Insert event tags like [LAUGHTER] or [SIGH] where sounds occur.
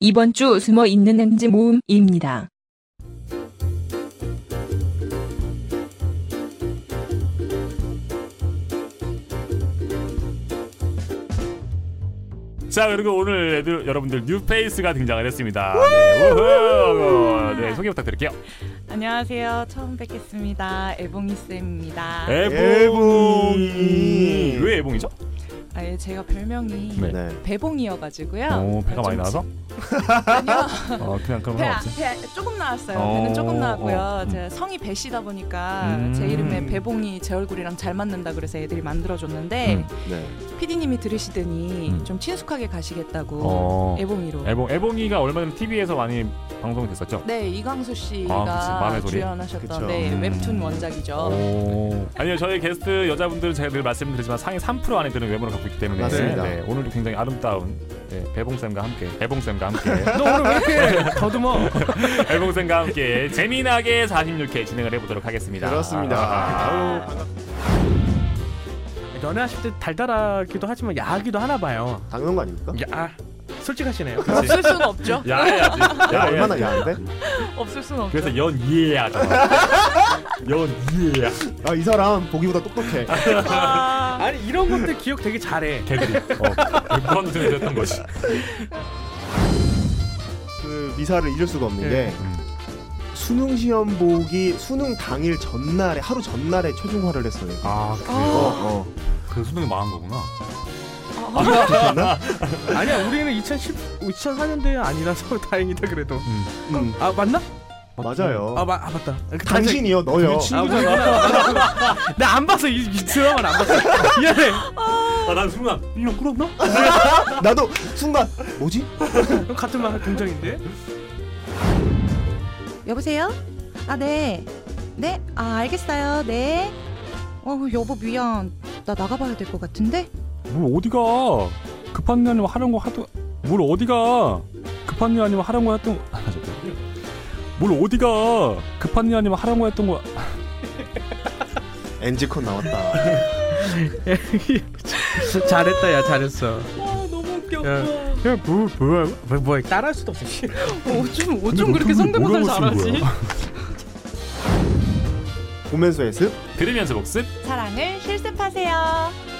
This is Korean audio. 이번 주 숨어 있는 엔지 모음입니다. 자 그리고 오늘 애들, 여러분들 뉴페이스가 등장을 했습니다. 네, 우후! 네 소개 부탁드릴게요. 안녕하세요. 처음 뵙겠습니다. 애봉이 쌤입니다. 네? 애봉이 애봉이. 왜 애봉이죠? 아예 제가 별명이 네. 네. 배봉이어가지고요. 오 배가 아, 많이 좀 나와서? [LAUGHS] 어 그냥 그런 건 배, 아- 없지. 배 조금 나왔어요. 어, 배는 조금 어, 나왔고요. 음. 제가 성이 배시다 보니까 음. 제 이름에 배봉이 제 얼굴이랑 잘 맞는다 그래서 애들이 만들어줬는데 네. PD님이 들으시더니 음. 좀 친숙하게 가시겠다고 어 애봉이로. 애봉 애봉이가 얼마 전에 TV에서 많이 방송됐었죠. 네 이광수 아, 그치. 씨가 마음의 소리. 주연하셨던 그쵸. 네, 음. 웹툰 어. 원작이죠. 오. 아니요 저희 게스트 여자분들은 제가 늘 말씀드리지만 상위 3% 안에 드는 외모를 갖고 있기 때문에 맞습니다. 네, 오늘도 굉장히 아름다운 네, 배봉 쌤과 함께 애봉 쌤과 함께 [LAUGHS] 너 오늘 왜 이렇게 더듬어? 애봉 쌤과 함께 재미나게 46회 진행을 해보도록 하겠습니다. 그렇습니다. 아유, 반갑- 연애하실 때 달달하기도 하지만 야하기도 하나 봐요. 당연한 거 아닙니까? 야, 솔직하시네요. 없을 순 없죠. 야해야지. 야, 야해야지. 얼마나 야한데? 없을 순 없죠. 그래서 연 이해야. [LAUGHS] 연 이해야. 아, 이 사람 보기보다 똑똑해. 아. 아니 이런 것들 기억 되게 잘해. 걔들이 어, 그런 눈에 됐던 거지. 그 미사를 잊을 수가 없는 네. 게 수능 시험 보기 수능 당일 전날에 하루 전날에 최중화를 했어요. 아, 아. 어, 어. 그 수능이 망한 거구나. 아니야 우리는 2010, 2004년대 아니라서 다행이다 그래도. 음, 아 맞나? 맞아요. 아, 마, 아 맞다. 당신이요, 너요. 친구잖아. 나 안 봤어 이, 이 드라마는 안 봤어. 미안해. 아, 난 순간 이런 끌었나? 나도 순간 뭐지? 같은 말 동정인데. 여보세요? 아, 네. 네? 아, 알겠어요. 네. 어, 여보, 미안. 나 나가봐야 될 것 같은데? 뭘 어디가? 급한 일 아니면 하려는 거 하도 뭘 어디가? 급한 일 아니면 하려는 거 했던 거. 아, 잠깐. 뭘 어디가? 급한 일 아니면 하려는 거 했던 거. 엔지콘 나왔다. [LAUGHS] 잘했다 야 잘했어. 아, 너무 웃겨. 야. 야뭐뭐뭐 따라할 수도 없어. 씨. 어쩜, 어쩜 그렇게 성대모사를 잘하지? 보면서 예습. 들으면서 복습. 사랑을 실습하세요.